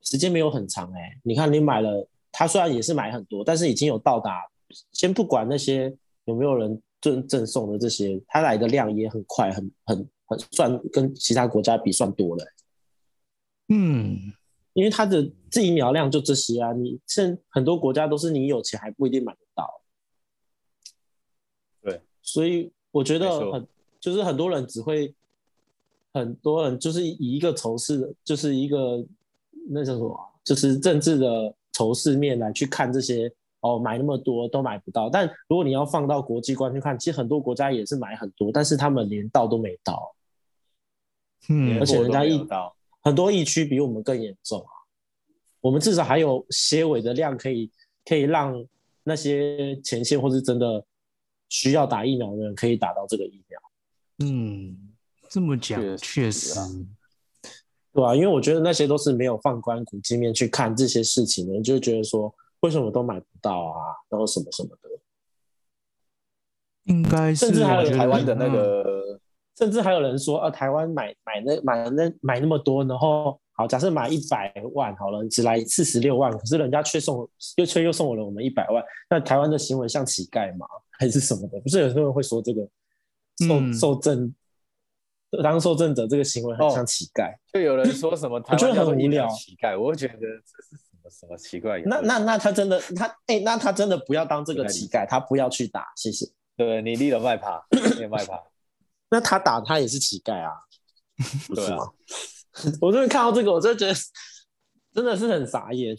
F: 时间没有很长哎、你看你买了，他虽然也是买很多，但是已经有到达，先不管那些有没有人赠赠送的这些，他来的量也很快，很很很算跟其他国家比算多了欸、
D: 嗯
F: 因为它的这疫苗量就这些啊，你现很多国家都是你有钱还不一定买得到。
E: 对，
F: 所以我觉
E: 没
F: 得
E: 错
F: 很就是很多人只会，很多人就是以一个仇视的，就是一个那叫什么啊，就是政治的仇视面来去看这些哦，买那么多都买不到。但如果你要放到国际观去看，其实很多国家也是买很多，但是他们连到都没到，
D: 嗯
E: 啊
F: 而且人家
E: 连
F: 一
E: 货都没有到
F: 很多疫区比我们更严重啊。我们至少还有些尾的量可以可以让那些前线或是真的需要打疫苗的人可以打到这个疫苗，
D: 嗯，这么讲确实
E: 啊
F: 对吧、因为我觉得那些都是没有放观古今面去看这些事情的，你就会觉得说为什么都买不到啊，然后什么什么的，
D: 应该
F: 甚至
D: 是
F: 还
D: 我
F: 有嗯
D: 觉
E: 台湾
D: 得嗯
E: 的那个
F: 甚至还有人说啊，台湾买买那买那买那么多，然后好，假设买一百万好了，只来四十六万，可是人家却送又却又送了我们一百万，那台湾的行为像乞丐吗？还是什么的？不是有些人会说这个受、
D: 嗯
F: 受赠当受赠者这个行为很像乞丐。
E: 就有人说什么台
F: 嗯我觉得
E: 湾
F: 很
E: 叫做
F: 无
E: 医疗
F: 聊
E: 乞丐，我就觉得这是什么什么奇怪的
F: 那那那他真的他哎、那他真的不要当这个乞丐，他不要去打，谢谢。
E: 对你立了麦 爬，你也麦爬，
F: 那他打他也是乞丐啊，不
E: 对
F: 是
E: 啊
F: 吗？ 我真的看到这个，我真的觉得真的是很傻眼。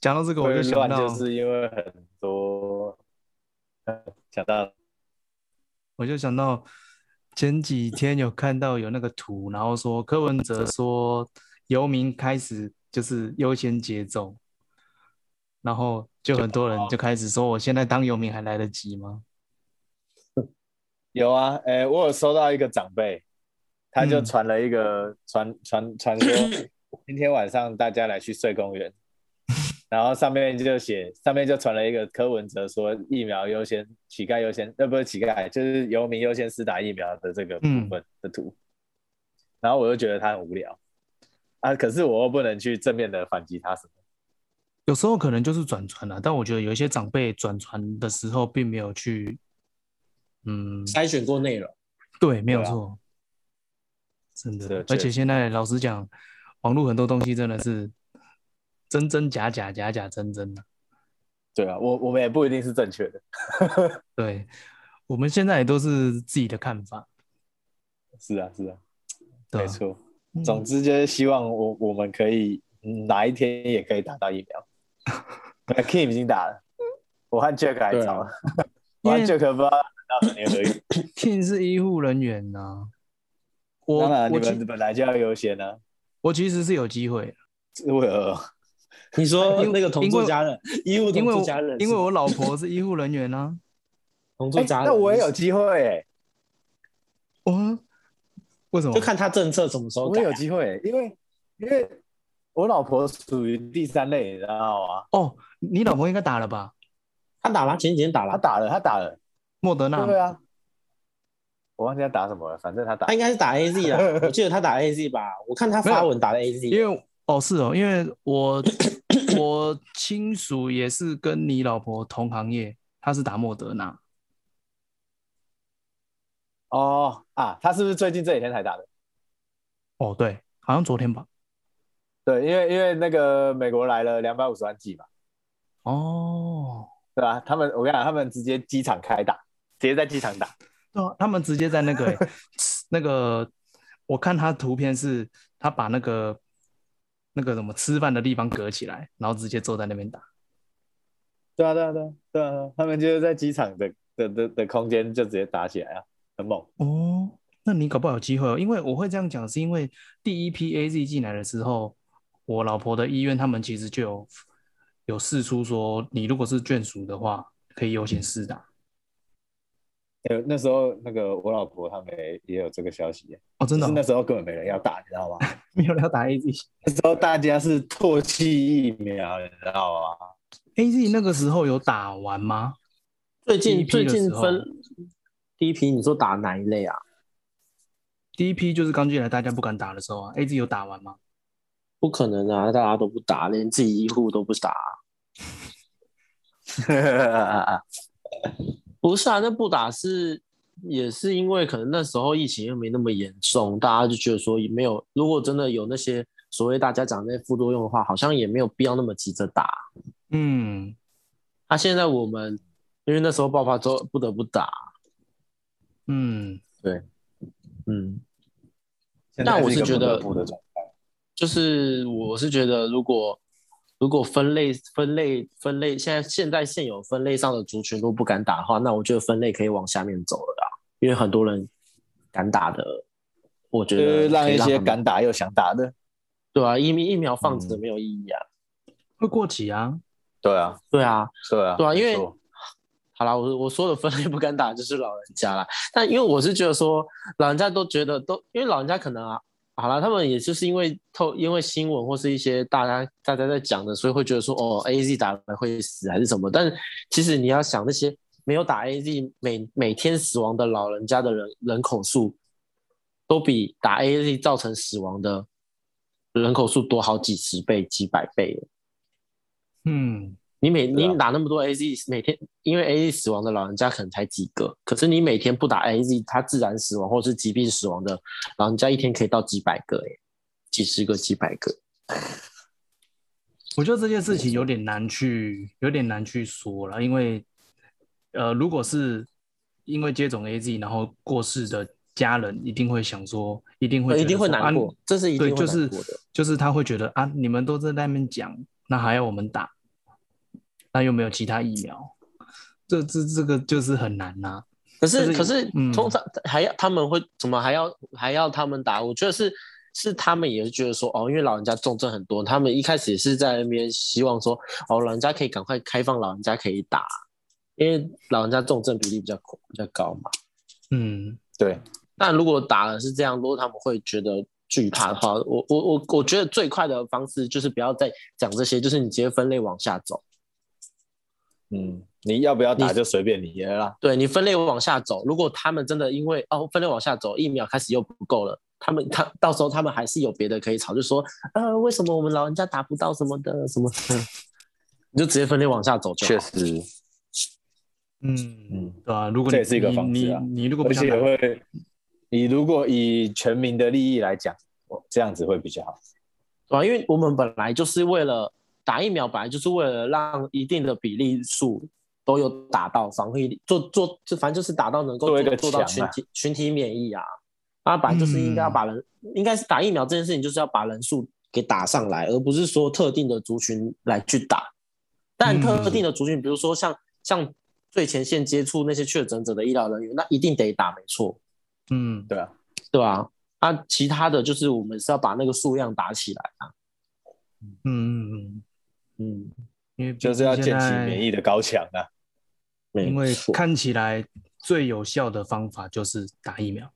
D: 讲到这个，我
E: 会
D: 就想
E: 乱
D: 到，
E: 就是因为很多想到
D: 我就想到前几天有看到有那个图，然后说柯文哲说游民开始就是优先接种，然后就很多人就开始说，我现在当游民还来得及吗？
E: 有啊，哎、我有收到一个长辈，他就
D: 嗯
E: 传了一个传传传 说，今天晚上大家来去睡公园，然后上面就写，上面就传了一个柯文哲说疫苗优先，乞丐优先，呃，不是乞丐，就是游民优先施打疫苗的这个部
D: 嗯
E: 分的图，然后我就觉得他很无聊啊，可是我又不能去正面的反击他什么，
D: 有时候可能就是转传了、但我觉得有一些长辈转传的时候并没有去，嗯，
F: 筛选过内容，
D: 对，没有
E: 对啊
D: 错，真
E: 是
D: 的
E: 的。
D: 而
E: 确
D: 且现在老实讲，网络很多东西真的是真真假假，假假真真的。
E: 对啊，我我们也不一定是正确的，
D: 对，我们现在也都是自己的看法，
E: 是啊是啊，
D: 对
E: 没
D: 吧
E: 错。
D: 嗯
E: 总之就是希望我我们可以嗯哪一天也可以打到疫苗。呃 Kim 已经打了，我和 Jack 还
F: 对啊
E: 早，我和
D: 因为
E: Jack 不知道打到什么年合约。
D: King 是医护人员呐、我
E: 当然，你
D: 我
E: 们
D: 其
E: 本来就要优先啊。
D: 我其实是有机会的，
E: 为何？
F: 你说
D: 因为
F: 那个同
D: 因
F: 住
D: 为
F: 家人，医务
D: 因
F: 同
D: 为
F: 住
D: 我
F: 家人是
D: 因
F: 吗，
D: 为我老婆是医护人员啊，
F: 同住
E: 哎
F: 家人，
E: 那我也有机会哎、
D: 我为什么
F: 就？看他政策什么时候
E: 我
F: 改
E: 也
F: 啊、
E: 有机会、欸因为因为我老婆属于第三类，你知道吗？
D: 哦，你老婆应该打了吧？
F: 他打了，前几天打
E: 她
F: 了，
E: 打了，她打了，
D: 莫德纳嘛
E: 对啊，我忘记她打什么了，反正她打
F: 他。应该是打 AZ 啊，我记得他打 AZ 吧，我看他发文打了 AZ，
D: 因为哦是哦，因为我 我亲属也是跟你老婆同行业，他是打莫德纳，
E: 哦啊，她是不是最近这几天才打的？
D: 哦对，好像昨天吧，
E: 对，因为因为那个美国来了两百五十万剂嘛，
D: 哦，
E: 对吧、他们我跟你讲，他们直接机场开打，直接在机场打。
D: 对啊，他们直接在那个欸、 那个，我看他图片是他把那个那个什么吃饭的地方隔起来，然后直接坐在那边打，
E: 对啊，对啊，对啊，对啊，对啊他们就是在机场的的的的空间就直接打起来啊，很猛。
D: 哦，那你搞不好有机会哦，因为我会这样讲，是因为第一批 AZ 进来的时候，我老婆的医院他们其实就有有试出说，你如果是眷属的话，可以优先试打。
E: 呃，那时候那个我老婆他们也也有这个消息耶，
D: 哦，真的
E: 只是
D: 哦
E: 那时候根本没人要打，你知道吗？
D: 没有人要打 AZ。
E: 那时候大家是唾弃疫苗，你知道吗？
D: AZ 那个时候有打完吗？
F: 最
D: 第一批
F: 近
D: 的
F: 最
D: 时候
F: 近分第一批，你说打哪一类啊？
D: 第一批就是刚进来大家不敢打的时候啊，AZ 有打完吗？
F: 不可能啊，大家都不打，连自己医护都不打、不是啊，那不打是也是因为可能那时候疫情又没那么严重，大家就觉得说也没有，如果真的有那些所谓大家讲那些副作用的话，好像也没有必要那么急着打。
D: 嗯，
F: 那、现在我们因为那时候爆发之后不得不打，
D: 嗯，
F: 嗯，
E: 现在
F: 但我
E: 是一个
F: 是觉
E: 不得
F: 得
E: 不的状态
F: 就是我是觉得如果如果分类分类分类，现在现在现有分类上的族群都不敢打的话，那我觉得分类可以往下面走了啦，因为很多人敢打的，我觉
E: 就
F: 得
E: 是让
F: 可以
E: 一些
F: 他们
E: 敢打又想打的，
F: 对啊，疫苗疫苗放着没有意义啊。
D: 会过期啊。
E: 对啊，
F: 对啊，
E: 对啊，
F: 对啊，因为
E: 没错
F: 好啦，我我说的分类不敢打就是老人家啦，但因为我是觉得说老人家都觉得都，因为老人家可能啊，好啦，他们也就是因为透因为新闻或是一些大家大家在讲的，所以会觉得说哦，A Z 打了会死还是什么，但其实你要想那些没有打 A Z 每每天死亡的老人家的人人口数，都比打 A Z 造成死亡的人口数多好几十倍、几百倍了
D: 嗯，
F: 你每
E: 对
F: 你
E: 啊
F: 打那么多 AZ，每天因为 AZ 死亡的老人家可能才几个，可是你每天不打 AZ，他自然死亡或是疾病死亡的老人家一天可以到几百个、欸，几十个、几百个。
D: 我觉得这件事情有点难去，有点难去说了，因为呃，如果是因为接种 AZ 然后过世的家人，一定会想说，一定会
F: 呃
D: 觉得
F: 一定会
D: 说
F: 难过
D: 啊
F: 这是一
D: 对，
F: 定会
D: 就
F: 难
D: 是
F: 过的
D: 就是他会觉得啊，你们都在那边讲，那还要我们打，那又没有其他疫苗，这这这个就是很难呐、
F: 可是
D: 就是
F: 可是
D: 嗯
F: 通常还要他们会怎么还要还要他们打？我觉得是是他们也是觉得说哦，因为老人家重症很多，他们一开始也是在那边希望说哦，老人家可以赶快开放，老人家可以打，因为老人家重症比例比较比较高嘛。
D: 嗯，
E: 对，
F: 但如果打了是这样，如果他们会觉得惧怕的话，我我我我觉得最快的方式就是不要再讲这些，就是你直接分类往下走。
E: 嗯，你要不要打
F: 你
E: 就随便你了啦，
F: 对你分类往下走，如果他们真的因为哦分类往下走，疫苗开始又不够了，他们他到时候他们还是有别的可以吵，就说呃为什么我们老人家打不到什么的什么的， 你就直接分类往下走就好。
E: 实，
D: 嗯
E: 嗯
D: 对啊，如果
E: 这
D: 你
E: 也是一个
D: 你
E: 方式啊
D: 你你如果不
E: 而
D: 想
E: 且
D: 打，
E: 会，你如果以全民的利益来讲，我这样子会比较好。
F: 对、啊，因为我们本来就是为了打疫苗，本来就是为了让一定的比例数都有打到防疫力，做做就反正就是打到能够
E: 做
F: 做
E: 一个
F: 做到群
E: 墙啊
F: 体、群体免疫啊。啊，本来就是应该要把人，应该是打疫苗这件事情，就是要把人数给打上来，而不是说特定的族群来去打。但特定的族群，比如说像像最前线接触那些确诊者的医疗人员，那一定得打，没错。
D: 嗯，
E: 对啊，
F: 对吧、啊？啊，其他的就是我们是要把那个数量打起来啊。
D: 嗯嗯嗯，
F: 嗯，
D: 因为毕
E: 就是要
D: 竟
E: 建
D: 现
E: 起
D: 在
E: 免疫的高墙啊。
F: 没
D: 因为
F: 错
D: 看起来最有效的方法就是打疫苗。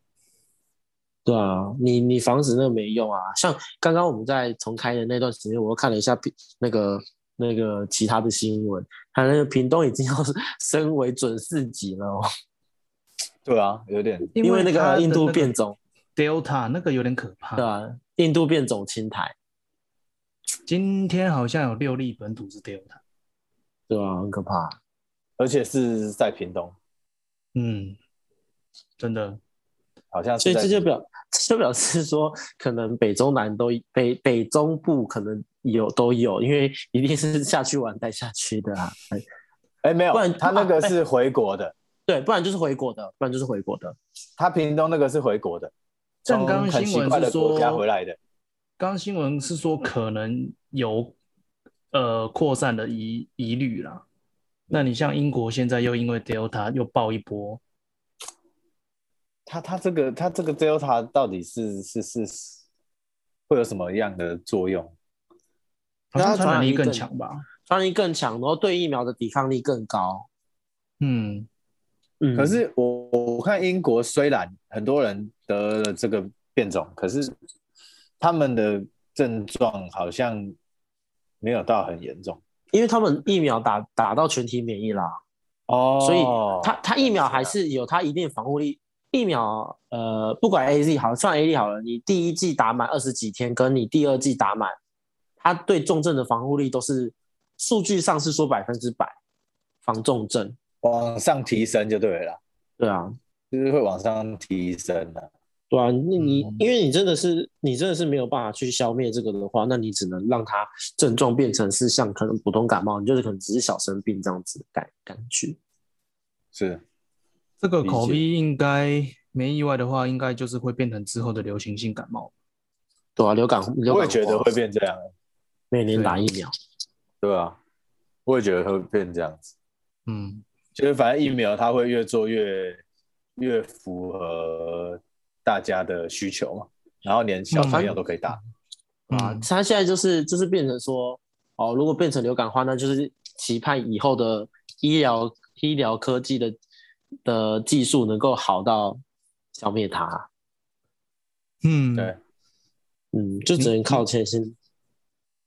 F: 对啊，你你防止那个没用啊。像刚刚我们在重开的那段时间，我又看了一下屏那个那个其他的新闻，他那个屏东已经要 升为准四级了、哦，
E: 对啊，有点
F: 因为那
D: 它
F: 个啊
D: 的
F: 印度
D: 那个
F: 变种，
D: Delta 那个有点可怕。
F: 对啊，印度变种侵台，
D: 今天好像有六例本土是 Delta。
F: 对啊，很可怕。
E: 而且是在屏东，
D: 嗯，真的，
E: 好像是
F: 所以
E: 在
F: 这就表这就表示说，可能北中南都北北中部可能有都有，因为一定是下去玩带下去的啊。
E: 哎没有
F: 不然，
E: 他那个是回国的，
F: 对，不然就是回国的，不然就是回国的。
E: 他屏东那个是回国的，
D: 但刚刚
E: 从很
D: 新
E: 奇
D: 闻
E: 怪
D: 是
E: 的
D: 说
E: 国家回来的，
D: 刚刚新闻是说可能有呃扩散的疑疑虑啦。那你像英国现在又因为 Delta 又爆一波，
E: 他他这个他这个 Delta 到底是是是是会有什么样的作用？
D: 好像传
F: 那它传
D: 染
F: 染
D: 力
F: 力
D: 更
F: 更
D: 强吧？
F: 传染力更强，然后对疫苗的抵抗力更高。
D: 嗯，
F: 嗯
E: 可是我我看英国虽然很多人得了这个变种，可是他们的症状好像没有到很严重
F: 因为他们疫苗打打到全体免疫啦，
E: 哦
F: 所以它它疫苗还是啊有它一定的防护力。疫苗呃，不管 A Z 好，算 A Z 好了，你第一季打满二十几天，跟你第二季打满，它对重症的防护力都是数据上是说百分之百防重症。
E: 往上提升就对了啦，
F: 对啊，
E: 就是会往上提升的。
F: 对啊，那你因为你真的是你真的是没有办法去消灭这个的话，那你只能让它症状变成是像可能普通感冒，你就是可能只是小生病这样子的感感觉。
E: 是，
D: 这个
E: 理解
D: 口鼻应该没意外的话，应该就是会变成之后的流行性感冒。
F: 对啊，流感流
E: 我
F: 感
E: 也觉得
F: 化
E: 会变这样，
F: 每年打疫苗。
E: 对啊，我也觉得会变这样子。
D: 嗯，
E: 就是反正疫苗它会越做越越符合大家的需求嘛，然后连小朋友都可以打。
F: 啊
D: 嗯，
F: 他现在就是就是变成说，哦，如果变成流感化，那就是期盼以后的医疗医疗科技的的技术能够好到消灭它。
D: 嗯，
E: 对，
F: 嗯，就只能靠前心。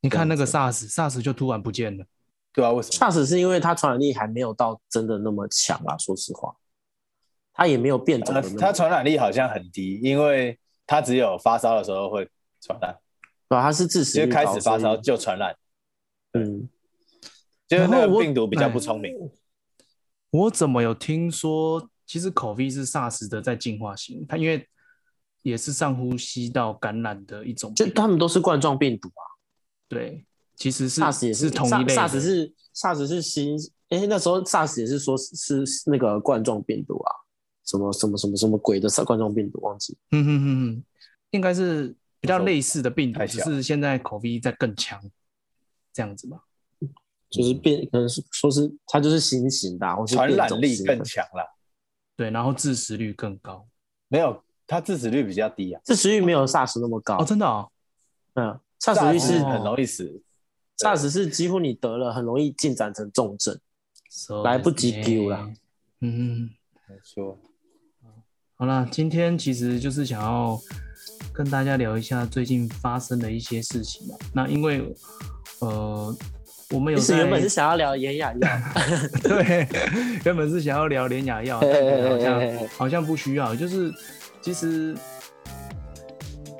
D: 你看那个 SARS，SARS 就突然不见了。
E: 对啊，为什么？
F: SARS 是因为它传染力还没有到真的那么强啊，说实话，它也没有变种
E: 呃
F: 的那么，
E: 它传染力好像很低，因为它只有发烧的时候会传染，
F: 对啊它是致死
E: 就
F: 率
E: 开
F: 高
E: 始发烧，
F: 所
E: 就传染，
F: 以嗯，
E: 就是那
D: 然后
E: 个
D: 我
E: 病毒比较不聪明。
F: 哎
D: 我怎么有听说，其实 COVID 是 SARS 的在进化型，它因为也是上呼吸道感染的一种
F: 就
D: 病，
F: 他们都是冠状病毒啊
D: 对，其实是
F: ，SARS 也
D: 是同一类的
F: SARS 是 SARS 是新，哎，那时候 SARS 也是说是是那个冠状病毒啊，什么什么什么什么鬼的冠状病毒，忘记。
D: 嗯哼哼哼，应该是比较类似的病毒，
E: 太
D: 只
E: 小
D: 是现在 COVID 在更强，这样子吧。嗯
F: 就是变，可能是说是它就是新型的、啊，或是
E: 传
F: 变
E: 染
F: 种
E: 力
F: 型的
E: 更，强了，
D: 对，然后致死率更高
E: 没有，它致死率比较低啊。
F: 致死率没有 SARS 那么高。
D: 哦，真的哦，
F: 嗯，SARS 率是
E: 是很容易死，
F: SARS 是几乎你得了很容易进展成重症。来不及丢啦。
D: 嗯，
E: 没错。
D: 好啦，今天其实就是想要跟大家聊一下最近发生的一些事情嘛。那因为呃，我们有
F: 其实
D: 在
F: 原本是想要聊炎亚烊，
D: 对，原本是想要聊连雅药，但觉得好
F: 嘿嘿
D: 像
F: 嘿
D: 好像不需要。就是其实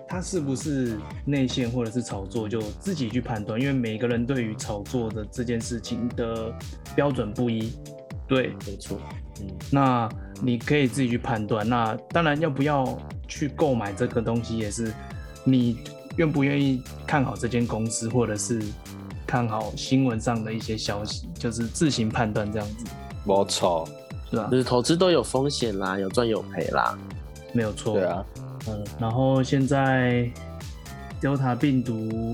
D: 它是不是内线或者是炒作，就自己去判断，因为每个人对于炒作的这件事情的标准不一。对，
F: 没错，
D: 那你可以自己去判断。那当然要不要去购买这个东西，也是你愿不愿意看好这间公司，或者是看好新闻上的一些消息，就是自行判断这样子，
E: 没错，
D: 是吧
F: 就？是投资都有风险啦，有赚有赔啦。
D: 没有错。
E: 对啊，
D: 嗯，然后现在 Delta 病毒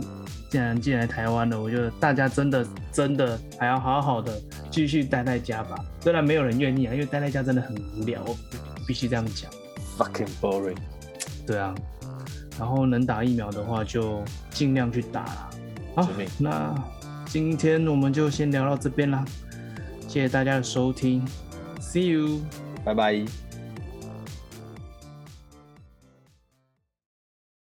D: 竟然进来台湾了，我觉得大家真的真的还要好好的继续待在家吧。虽然没有人愿意啊，因为待在家真的很无聊，我必须这样讲。
E: ，fucking boring。
D: 对啊，然后能打疫苗的话就尽量去打啦。好
E: 致命，
D: 那今天我们就先聊到这边啦，谢谢大家的收听，See you。
E: 拜拜。